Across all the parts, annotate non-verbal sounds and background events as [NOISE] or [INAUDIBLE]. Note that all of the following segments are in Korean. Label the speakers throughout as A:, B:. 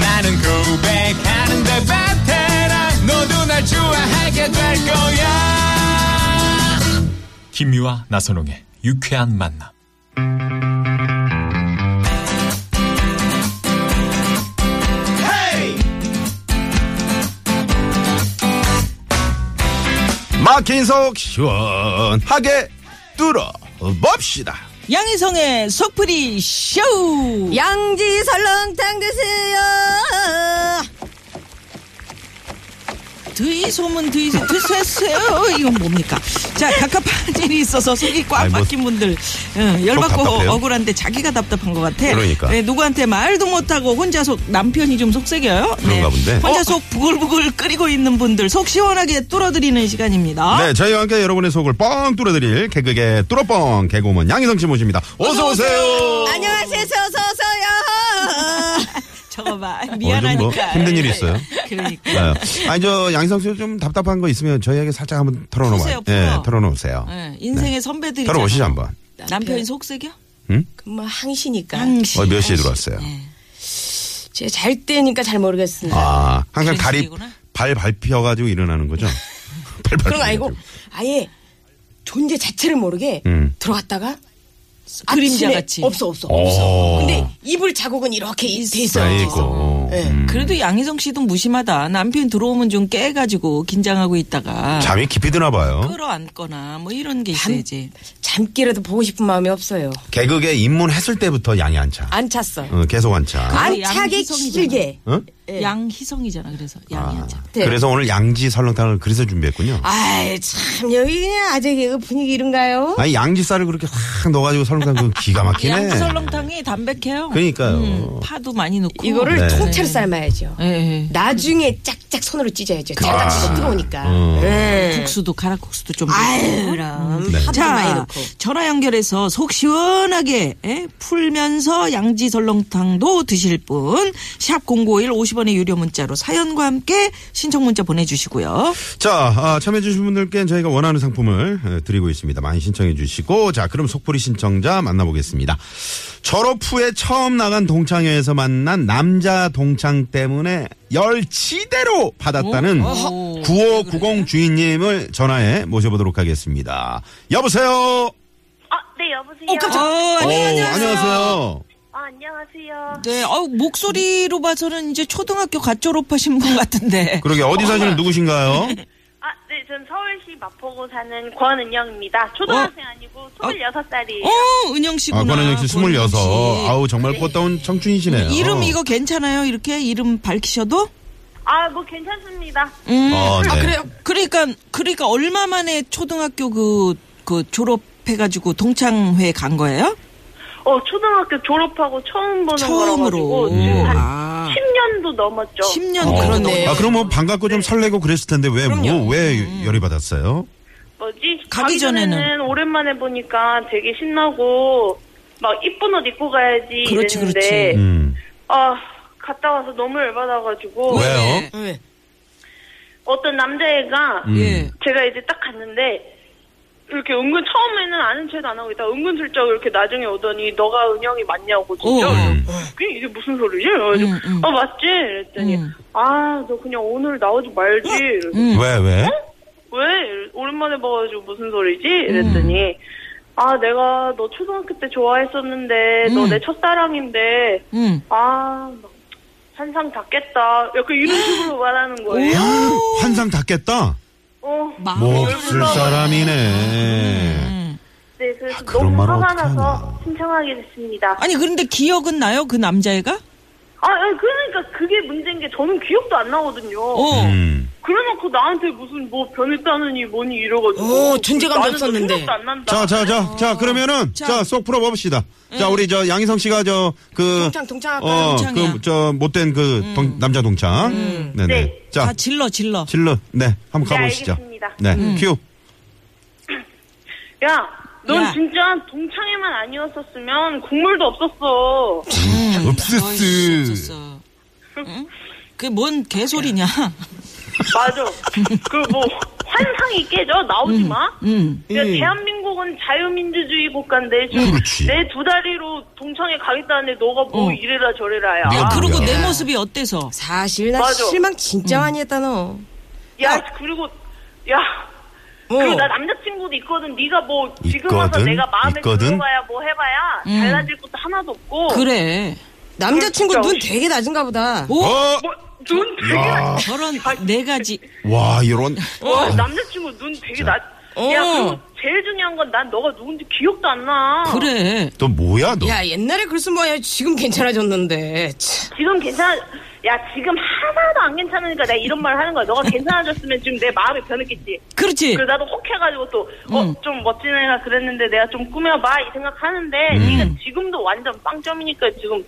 A: 나는 고백하는데 베테랑 너도 날 좋아하게 될 거야
B: 김유와 나선홍의 유쾌한 만남.
C: 막힌 속 시원하게 뚫어봅시다.
D: 양희성의 속풀이 쇼!
E: 양지 설렁탕 드세요.
D: 드이 소문 드이 드세요 이건 뭡니까? 자, 갑갑한 [LAUGHS] 일이 있어서 속이 꽉
C: 아이, 뭐,
D: 막힌 분들 응, 열받고
C: 답답해요?
D: 억울한데 자기가 답답한 것 같아.
C: 그러니까.
D: 네, 누구한테 말도 못하고 혼자 속 남편이 좀 속색여요. 네.
C: 그런가 본데.
D: 혼자
C: 어?
D: 속 부글부글 끓이고 있는 분들 속 시원하게 뚫어드리는 시간입니다.
C: 네, 저희와 함께 여러분의 속을 뻥 뚫어드릴 개그계 뚫어뻥 개그우먼 양희성 씨 모십니다. 어서 오세요.
E: 안녕하세요. 서서서요.
D: 저거 봐,
C: 오늘
D: 미안하니까.
C: 좀 어, 뭐 힘든 일이 있어요.
D: [LAUGHS]
C: 네.
D: 그러니까.
C: 아니 저 양희성 씨 좀 답답한 거 있으면 저희에게 살짝 한번 털어놓아요.
D: 푸세요, 풀어.
C: 털어놓으세요.
D: 네, 인생의 선배들이.
C: 털어오시죠 한번.
D: 남편이 속색여?
F: 뭐 항시니까.
D: 당신.
C: 어, 몇 시에 들어왔어요?
F: 제 잘 때니까 잘 모르겠습니다.
C: 아, 항상
D: 그런
C: 다리
D: 식이구나.
C: 발 밟혀가지고 일어나는 거죠. 발
F: 그런 거 아니고
C: 밟혀가지고.
F: 아예 존재 자체를 모르게
C: 음.
F: 들어갔다가
D: 그림자
F: 아침에
D: 같이.
F: 없어 없어
C: 오.
F: 없어. 근데 이불 자국은 이렇게 이- 돼 있어요.
C: 아, 쌓이고.
F: 예.
C: 음.
D: 그래도 양희성 씨도 무심하다. 남편 들어오면 좀 깨가지고 긴장하고 있다가
C: 잠이 깊이 드나 봐요.
D: 끌어안거나 뭐 이런 게 있어야지.
F: 잠기라도 보고 싶은 마음이 없어요.
C: 개그계 입문했을 때부터 양이 안 차.
F: 안 찼어. 요
C: 어, 계속 안 차.
F: 안
D: 아, 양이
F: 차게
D: 희성이잖아.
F: 길게.
C: 어?
F: 예.
D: 양희성이잖아. 그래서 양이 안 차.
F: 네.
C: 그래서 오늘 양지 설렁탕을 그래서 준비했군요.
F: 아이 참 여기 그냥 아재 개그 분위기 이런가요?
C: 아니 양지 쌀을 그렇게 확 넣어가지고 설렁탕 그건 기가 막히네.
D: 양설렁탕이 담백해요. 음,
C: 그러니까요.
D: 파도 많이 넣고
F: 이거를
C: 네.
F: 통째로 삶아야죠.
D: 예, 예.
F: 나중에 짝짝 손으로 찢어야죠. 짝짝 찢어 뜨거우니까. 예.
D: 국수도 가락국수도 좀.
F: 아유 그럼
C: 네.
F: 팥도 많이
D: 자,
F: 넣고.
D: 전화 연결해서 속 시원하게 예? 풀면서 양지설렁탕도 드실 분, 샵 0951 50원의 유료 문자로 사연과 함께 신청 문자 보내주시고요.
C: 자 아, 참여해주신 분들께 저희가 원하는 상품을 어, 드리고 있습니다. 많이 신청해주시고 자 그럼 속풀이 신청자 만나보겠습니다. 졸업 후에 처음 나간 동창회에서 만난 남자 동창 때문에 열치대로 받았다는
D: 오, 어허.
C: 9590 주인님을 전화해 모셔보도록 하겠습니다. 여보세요.
G: 아, 네, 여보세요.
D: 어,
C: 오,
D: 안녕하세요.
C: 안녕하세요.
G: 아, 안녕하세요.
D: 네, 어 목소리로 봐서는 이제 초등학교 갓 졸업하신 분 같은데.
C: 그러게 어디 사시는
D: [LAUGHS]
C: 누구신가요?
G: 아, 네, 전 서울시 마포구 사는 권은영입니다. 초등학생 아니고 26살이에요.
D: 어, 은영 씨구나.
C: 아, 권은영 씨
D: 권은영
C: 26. 아우, 정말 꽃다운 청춘이시네요. 어.
D: 이름 이거 괜찮아요? 이렇게 이름 밝히셔도?
G: 아, 뭐 괜찮습니다.
D: 음.
C: 어, 네.
G: 아,
D: 그러니까 그러니까 얼마 만에 초등학교 그, 그 졸업해가지고 동창회 간 거예요?
G: 어, 초등학교 졸업하고 처음 보는
D: 처음으로.
G: 거라가지고 지금 한
D: 아,
G: 10년도 넘었죠.
D: 10년
C: 어.
D: 그러네.
C: 아, 그럼 뭐 반갑고 좀 설레고 그랬을 텐데 왜, 뭐, 왜
D: 음.
C: 열이 받았어요?
G: 뭐지?
D: 가기 전에는.
G: 오랜만에 보니까 되게 신나고 막 이쁜 옷 입고 가야지
D: 그렇지,
G: 이랬는데
D: 그렇지.
C: 음.
G: 아, 갔다 와서 너무 열받아가지고
D: 네.
C: 왜요?
F: 예.
G: 어떤 남자애가
D: 예.
G: 제가 이제 딱 갔는데 이렇게 은근 처음에는 아는 체도 안 하고 있다 은근슬쩍 이렇게 나중에 오더니 너가 은영이 맞냐고 진짜
D: 어.
G: 음. 그게 이게 무슨 소리지? 그래가지고
D: 음, 음.
G: 어 맞지? 이랬더니
D: 음.
G: 아 너 그냥 오늘 나오지 말지
D: 음.
C: 왜, 왜?
G: 왜 오랜만에 봐가지고 무슨 소리지? 이랬더니 아 내가 너 초등학교 때 좋아했었는데
D: 음.
G: 너 내 첫사랑인데
D: 음.
G: 아막 한상 닿겠다 약간 이런 식으로 말하는
D: 음.
G: 거예요.
C: 환상 닿겠다?
G: 어.
D: 마-
C: 몹쓸 사람이네.
D: 아, 음.
G: 네, 그래서
C: 그런
G: 너무
C: 말을
G: 화가
C: 어떡하냐.
G: 나서 신청하게 됐습니다.
D: 아니 그런데 기억은 나요? 그 남자애가?
G: 아, 아니, 그러니까 그게 문제인 게 저는 기억도 안 나거든요.
F: 어.
C: 음.
G: 그래놓고 나한테 무슨 뭐 변했다느니 뭐니 이러가지고.
F: 어, 존재감도
G: 나는 그
F: 없었는데.
G: 생각도 안 난다.
C: 자, 자, 자, 자, 그러면은,
D: 자. 음.
C: 자, 쏙 풀어봅시다. 자, 우리 저 양희성 씨가 저, 그,
F: 동창, 동창 할까요?
C: 어,
D: 동창이야. 음.
C: 그, 저, 못된 그, 동- 남자 동창. 네네.
G: 네.
C: 자,
D: 다 아, 질러 질러.
C: 질러. 네, 한번
G: 네,
C: 가보시죠.
G: 알겠습니다.
C: 네,
D: 음.
C: 큐.
G: 야, 넌
D: 야.
G: 진짜 동창회만 아니었었으면 국물도 없었어.
C: 음.
D: 어이씨, 없었어. 응? 그뭔 개소리냐?
F: [LAUGHS]
G: 맞아. 그 뭐 환상이 깨져 나오지 마.
D: 음.
G: 야, 대한민국은 자유민주주의 국가인데 지금 내 두 다리로 동창회 가겠다는데 너가 뭐
D: 어.
G: 이래라 저래라야.
D: 야,
F: 아,
D: 그리고
C: 아, 뭐야.
D: 내 모습이 어때서?
F: 사실 나
G: 맞아.
F: 실망
C: 음.
F: 진짜 많이 했다 너.
G: 야 그리고 야.
F: 어.
G: 그리고 나 남자친구도 있거든. 네가 뭐 지금 와서
C: 뭐. 있거든?
G: 내가 마음에
C: 있거든?
G: 들어봐야 뭐 해봐야 달라질 것도 하나도 없고.
D: 음. 그래.
F: 남자친구
G: 진짜.
F: 눈 되게 낮은가 보다.
D: 오
C: 어,
G: 뭐눈 되게
C: 야.
G: 낮.
D: 저런 네 가지.
C: 와, 이런.
D: 어.
G: 와 어, 남자친구 눈 되게 낮. 야
F: 어.
G: 그리고 제일 중요한 건 난 너가 누군지 기억도 안 나.
D: 그래.
C: 너 뭐야, 너?
F: 야 옛날에 그랬으면 뭐야 지금 괜찮아졌는데. 참.
G: 지금 괜찮아. 야, 지금 하나도 안 괜찮으니까 내가 이런 말을 하는
D: [LAUGHS]
G: 거야. 너가 괜찮아졌으면 지금 내 마음이 변했겠지.
D: 그렇지.
G: 그리고 나도 혹 해가지고 또,
D: 음.
G: 어, 좀 멋진 애가 그랬는데 내가 좀 꾸며봐. 이 생각하는데,
C: 음.
G: 네가 지금도 완전 빵점이니까 지금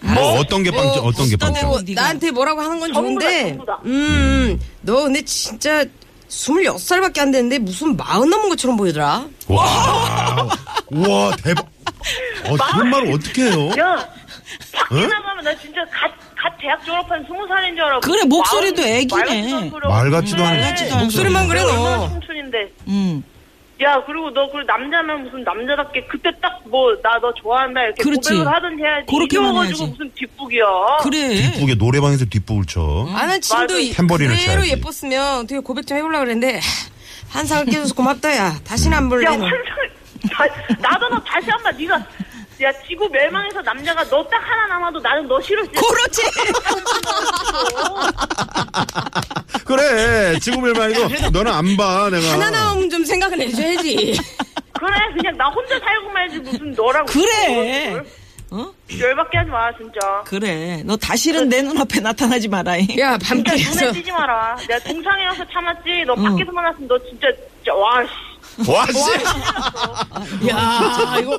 C: 뭐, 어떤 게 빵점, 어떤 게
D: 어떤
C: 빵점.
D: 애고-
F: 뭐, 나한테 뭐라고 하는 건
G: 전부 다,
F: 좋은데.
G: 전부 다.
F: 음. 너 근데 진짜 26살밖에 안 됐는데 무슨 마흔 넘은 것처럼 보이더라.
C: 음. 와,
D: [LAUGHS]
C: 와, 대박. 어, 그런 말을 어떻게 해요?
G: 야, 밖에 나가면 나 진짜 갓, 갓 대학 졸업한 스무 살인 줄 알고.
D: 그래, 목소리도 애기네.
C: 말 같지도 않은
D: 같지도 네. 않은
F: 목소리만 그래
G: 얼마나
F: 너.
G: 청춘인데.
D: 음.
G: 야, 그리고 너, 그 남자면 무슨 남자답게 그때 딱 뭐, 나 너 좋아한다. 이렇게
D: 그렇지.
G: 고백을 하든지 해야지.
D: 그렇게만
G: 이래가지고
D: 해야지.
G: 무슨 뒷북이야.
D: 그래.
C: 뒷북에 노래방에서 뒷북을 쳐.
F: 아는 친도
G: 맞아.
F: 이-
C: 탬버린을
F: 그대로
C: 쳐야지.
F: 예뻤으면 되게 고백 좀 해보려고 그랬는데 한상을 깨줘서 고맙다 야. 다시는 안 볼래.
G: 음. 야
F: 너.
G: 환상을 다- 나도 너 다시 한 번 네가 야 지구 멸망에서 남자가 너 딱 하나 남아도 나는 너 싫어
D: [LAUGHS] 그렇지.
C: 그래, 지구별 말고, 너는 안 봐, 내가.
F: 하나 나오면 좀 생각을
G: [LAUGHS]
F: 해줘야지.
G: 그래 그냥 나 혼자 살고 말지 무슨 너랑
D: 그래.
G: 무슨 뭐
D: 어?
G: 열받게 하지 마 진짜
D: 그래. 너 다시는 내 눈앞에 나타나지 마라. 잉.
F: 야
G: 진짜
F: 밤길에서
G: 그러니까 눈에 띄지 마라 내가 동창회 와서 참았지 너 밖에서 만났으면 너 진짜 진짜 와 씨.
C: 와, 씨.
F: 야 아, 이거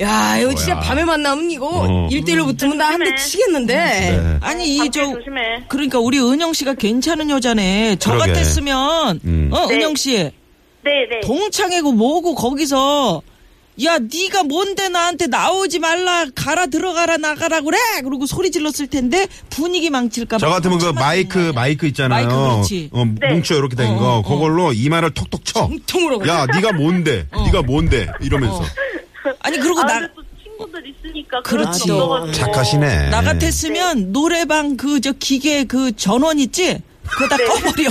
F: 야 이거 진짜 밤에 만나면 이거
C: 어.
F: 일대일로 붙으면 나
D: 음.
F: 한 대
G: 조심해.
F: 치겠는데 네.
D: 아니
G: 밖에
D: 이저
G: 조심해
D: 그러니까 우리 은영 씨가 괜찮은 여자네. 저
C: 그러게.
D: 같았으면
C: 음.
D: 어
G: 네.
D: 은영 씨
G: 네네
D: 동창회고 뭐고 거기서 야 네가 뭔데 나한테 나오지 말라 가라 들어가라 나가라 그래 그리고 소리 질렀을 텐데 분위기 망칠까 봐.
C: 저 같으면 그
D: 참았던
C: 마이크
D: 거야.
C: 마이크 있잖아요.
D: 마이크 그렇지. 네.
C: 어, 뭉쳐 이렇게 된 거.
D: 어.
C: 그걸로 이마를 톡톡 쳐.
F: 통으로
C: 야, 네가 뭔데?
D: 어.
C: 네가 뭔데? 이러면서.
D: 아니 그리고
G: 아
D: 나
G: 근데 또 친구들 있으니까
D: 그렇지.
G: 그렇지 어
C: 착하시네.
D: 나 같았으면 노래방 그 저 기계 그 전원 있지? 그거 다
G: 네. [LAUGHS]
D: 꺼버려.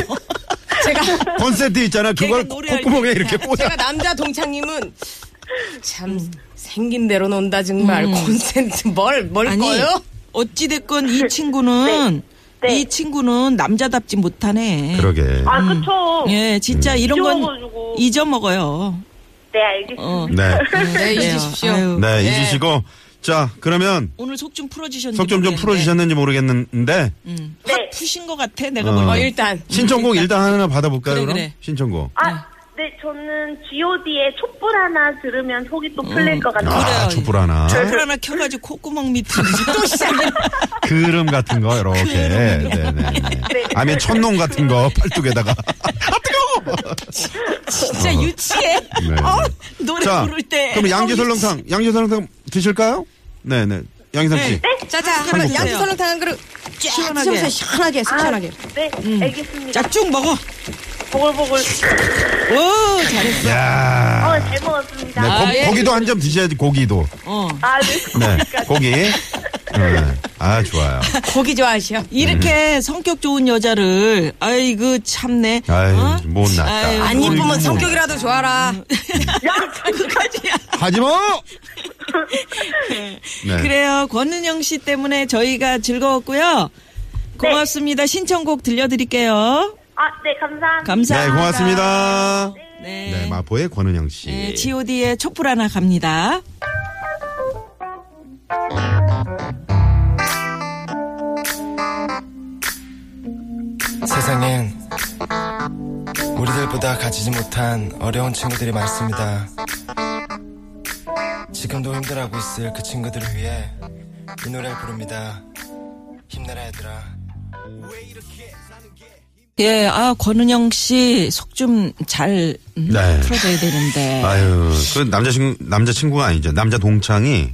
F: 제가
C: 콘센트 있잖아. 그걸
D: 걔가 노래할
C: 콧구멍에 이렇게 꽂아.
F: 제가 남자 동창님은 참 생긴 대로 논다 정말 콘센트 뭘뭘
D: 음. 아니
F: 거요?
D: 어찌됐건 이 친구는
G: 네. 네.
D: 이 친구는 남자답지 못하네.
C: 그러게. 음.
G: 아 그쵸
D: 예, 진짜 이런 건
G: 잊어먹어주고.
D: 잊어먹어요.
G: 네 알겠습니다
D: 어. [LAUGHS]
C: 네.
F: 네
D: 그래요.
F: 잊으십시오.
D: 아유,
C: 네, 잊으시고 자, 그러면
D: 오늘 속 좀 풀어주셨는데. 음.
C: 속 좀 좀 풀어 주셨는지 모르겠는데
G: 네.
D: 푸신 것 같아, 내가 뭐
C: 어.
D: 보니.
F: 어, 일단
C: 신청곡 일단 하나 받아 볼까요,
D: 그러니까. 그래,
C: 그럼?
D: 그래.
C: 신청곡.
G: 아, 네, 저는 G.O.D의 촛불 하나 들으면 속이 또 풀릴 것 같아요.
C: 아,
D: 음. 그래요.
C: 촛불 하나.
D: 촛불 하나 켜가지고 콧구멍 밑으로
C: [LAUGHS]
D: 또 시작해.
C: 그름 같은
D: [LAUGHS]
C: 거 이렇게. 네, 네, 네. 아니면 천농 같은 거
D: [LAUGHS]
C: 팔뚝에다가.
D: 진짜 유치해.
C: 네.
D: 어, 노래
C: 자,
D: 부를 때.
C: 그럼 양지
D: 어,
C: 설렁탕, 양지 설렁탕 드실까요? 네, 네. 양희상 씨.
D: 네.
F: 짜자
D: 한번
F: 한번
D: 보세요.
F: 양지설렁탕 한 그릇 쫙
D: 시원하게. 아.
F: 시원하게 시원하게 시원하게
G: 네,
D: 음.
G: 알겠습니다.
D: 자, 쭉 먹어.
G: 보글보글.
D: 오, 네.
C: 네.
D: 잘했어.
C: 야.
G: 어, 잘 먹었습니다.
C: 네, 고,
D: 예.
C: 고기도 한 점 드셔야지 고기도.
D: 어.
G: 아, 네.
D: [LAUGHS]
C: 네, 고기. 네. 아 좋아요.
F: 고기 좋아하시오.
D: 이렇게 성격 좋은 여자를 아이고 참네.
C: 음. 아유 뭐,
D: 어?
C: 못났다.
D: 아유,
F: 안 이쁘면 성격이라도 좋아라.
D: 그까지야.
C: 하지
D: [LAUGHS]
C: 마. 네.
D: 그래요. 권은영 씨 때문에 저희가 즐거웠고요. 고맙습니다. 신청곡 들려드릴게요.
G: 아, 네, 감사합니다.
C: 네
D: 감사합니다.
C: 고맙습니다.
D: 네.
C: 네 마포의 권은영 씨.
D: 네, G.O.D의 촛불 하나 갑니다.
H: 우리들보다 가지지 못한 어려운 친구들이 많습니다. 지금도 힘들어하고 있을 그 친구들을 위해 이 노래를 부릅니다. 힘내라 얘들아.
D: 예, 아, 권은영 씨, 속 좀 잘 음,
C: 네.
D: 풀어줘야 되는데.
C: 아유, 그 남자친구, 남자친구가 아니죠. 남자 동창이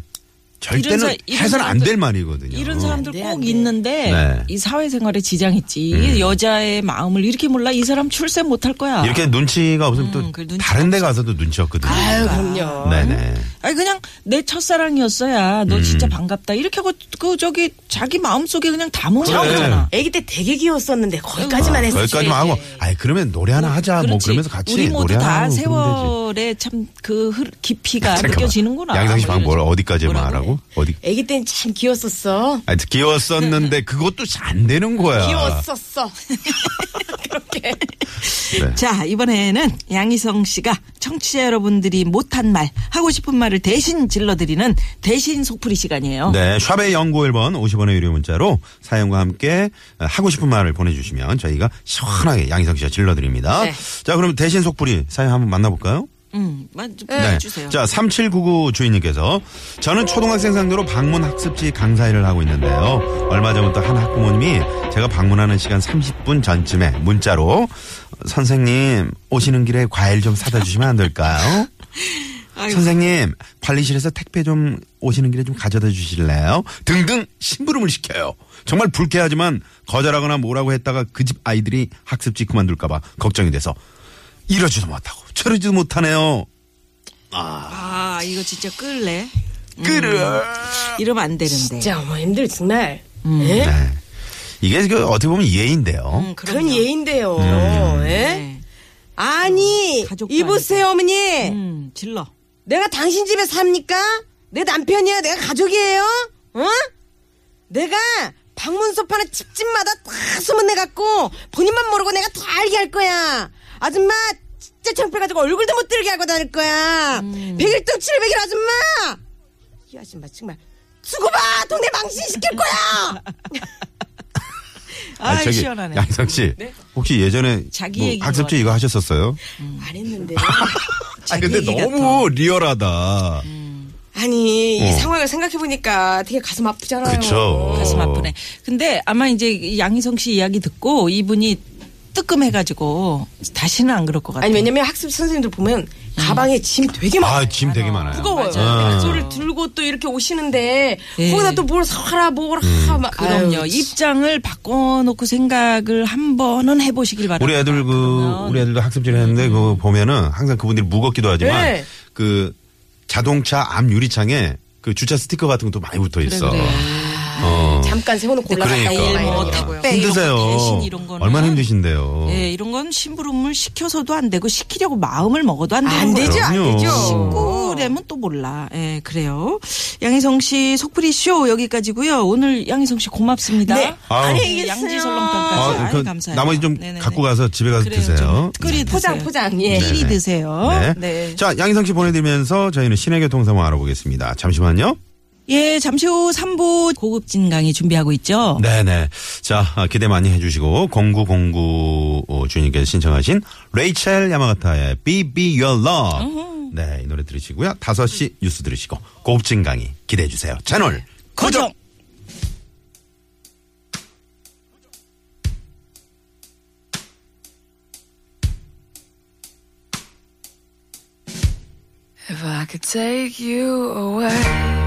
C: 절대는
D: 이런 사- 이런
C: 해선 안
D: 사람들-
C: 될 말이거든요.
D: 이런 사람들
F: 안 돼,
D: 꼭
F: 안 돼.
D: 있는데,
C: 음. 네. 음.
D: 이 사회생활에 지장 있지. 여자의 마음을 이렇게 몰라? 이 사람 출세 못 할 거야.
C: 이렇게 눈치가 없으면 또
D: 그 눈치가 그러니까.
C: 다른 데 가서도 눈치였거든요.
F: 아유, 그럼요.
C: 네네.
D: 아니, 그냥 내 첫사랑이었어야.
C: 음.
D: 너 진짜 반갑다. 이렇게 하고, 그, 저기, 자기 마음속에 그냥 담으는
C: 그래.
D: 거잖아.
F: 애기 때 되게 귀여웠었는데 아, 거기까지만 했어.
C: 아, 거기까지만 뭐 하고, 아이, 그러면 노래 하나 하자. 뭐
D: 예. 그렇지.
C: 그러면서 같이
D: 우리 모두
C: 노래 하나
D: 다
C: 하고 그러면 되지.
D: 세월의 참 그 깊이가
C: [LAUGHS] 잠깐만.
D: 느껴지는구나.
C: 양상 씨 방금 뭘 어디까지
D: 뭐라고
C: 말하고? 어디?
F: 애기 때는 참 귀여웠었어.
C: 아, 귀여웠었는데 그것도 안 되는 거야.
F: 귀여웠었어. [LAUGHS] 그렇게.
D: 자, 이번에는 양희성 씨가 청취자 여러분들이 못한 말, 하고 싶은 말을 대신 질러드리는 대신 속풀이 시간이에요.
C: 네, 샵의 연구 1번 50원의 유료 문자로 사연과 함께 어, 하고 싶은 말을 보내주시면 저희가 시원하게 양희성 씨가 질러드립니다.
F: 네.
C: 자, 그럼 대신 속풀이 사연 한번 만나볼까요?
D: 음, 만- 좀 해주세요.
C: 네. 자, 3799 주인님께서 저는 초등학생 상대로 방문 학습지 강사 일을 하고 있는데요. 얼마 전부터 한 학부모님이 제가 방문하는 시간 30분 전쯤에 문자로 선생님 오시는 길에 과일 좀 사다 주시면 안 될까요?
D: [LAUGHS] 아이고.
C: 선생님 관리실에서 택배 좀 오시는 길에 좀 가져다 주실래요? 등등 심부름을 시켜요. 정말 불쾌하지만 거절하거나 뭐라고 했다가 그 집 아이들이 학습지 그만둘까봐 걱정이 돼서 이러지도 못하고 저러지도 못하네요.
D: 아, 이거 진짜 끌래?
C: 끓어.
D: 이러면 안 되는데.
F: 진짜 어머님들 정말. 예?
C: 네. 이게 그 어떻게 보면 예인데요.
D: 음, 그럼요.
F: 그런 예인데요. 예?
D: 네.
E: 아니
D: 가족도
E: 이보세요 어머니
D: 음, 질러.
E: 내가 당신 집에 삽니까? 내 남편이야 내가 가족이에요? 어? 내가 방문서 파는 집집마다 다 소문내갖고 본인만 모르고 내가 다 알게 할 거야 아줌마 진짜 창피해가지고 얼굴도 못 들게 하고 다닐 거야
D: 음.
E: 백일동 칠백일 아줌마 이 아줌마 정말 수고봐 동네 망신시킬 거야
D: [LAUGHS] 아,
C: 저기
D: 시원하네.
C: 양상 씨, 혹시 예전에
D: 자기
C: 뭐
D: 얘기인
C: 학습지
D: 것
C: 이거 하셨었어요?
D: 음.
F: 안 했는데.
C: 아
D: 자기
C: 근데
D: 얘기
C: 너무 리얼하다.
F: 아니, 이
C: 어.
F: 상황을 생각해보니까 되게 가슴 아프잖아요.
C: 그쵸.
D: 가슴 아프네. 근데 아마 이제 이 양희성 씨 이야기 듣고 이분이 뜨끔해가지고 다시는 안 그럴 것 같아요.
F: 아니, 왜냐면 학습 선생님들 보면 가방에 짐 되게 많아요.
C: 아, 짐 되게 많아요. 네.
F: 무거워요.
C: 맞아요.
F: 그소를 들고 또 이렇게 오시는데
D: 예.
F: 거기다 또 뭘 사라 뭐라
C: 음.
F: 막
D: 그럼요.
F: 아유,
D: 입장을 바꿔놓고 생각을 한 번은 해보시길 바랍니다.
C: 우리 애들 그
D: 그러면 음.
C: 우리 애들도 학습지를 했는데 그 보면은 항상 그분들이 무겁기도 하지만
F: 네.
C: 그 자동차 앞 유리창에 그 주차 스티커 같은 것도 많이 붙어 있어.
D: 그래.
C: 어.
F: 잠깐 세워놓고 올라갔다
C: 그러니까.
F: 오고 막
D: 뭐
F: 이러더라고요.
D: 택배 이런
C: 힘드세요.
D: 거 대신 이런 거는
C: 얼마나 힘드신데요.
D: 예, 이런 건 심부름을 시켜서도 안 되고 시키려고 마음을 먹어도 안 되는
F: 안
D: 거예요.
F: 되죠, 안
C: 그럼요.
F: 되죠.
D: 꾸라면 또 몰라. 예, 그래요. 양희성 씨 속풀이 쇼 여기까지고요. 오늘 양희성 씨 고맙습니다.
F: 네.
C: 아우.
F: 안녕히 계세요.
D: 양지 설렁탕까지.
C: 아,
D: 아유,
C: 그
D: 감사해요.
C: 나머지 좀
D: 네네네.
C: 갖고 가서 집에 가서
D: 그래요,
C: 드세요.
D: 좀 네. 끓이
F: 포장,
D: 드세요.
F: 포장, 예.
D: 끼리
C: 네네.
D: 드세요.
C: 네.
D: 네.
C: 자, 양희성 씨 보내드리면서 저희는 시내교통 상황 알아보겠습니다. 잠시만요.
D: 예, 잠시 후 3부 고급진 강의 준비하고 있죠.
C: 네네. 자, 아, 기대 많이 해주시고, 0909 주님께서 신청하신 레이첼 야마가타의 Be Be Your Love. 네, 이 노래 들으시고요. 5시 뉴스 들으시고, 고급진 강의 기대해주세요. 채널 고정!
I: If I could take you away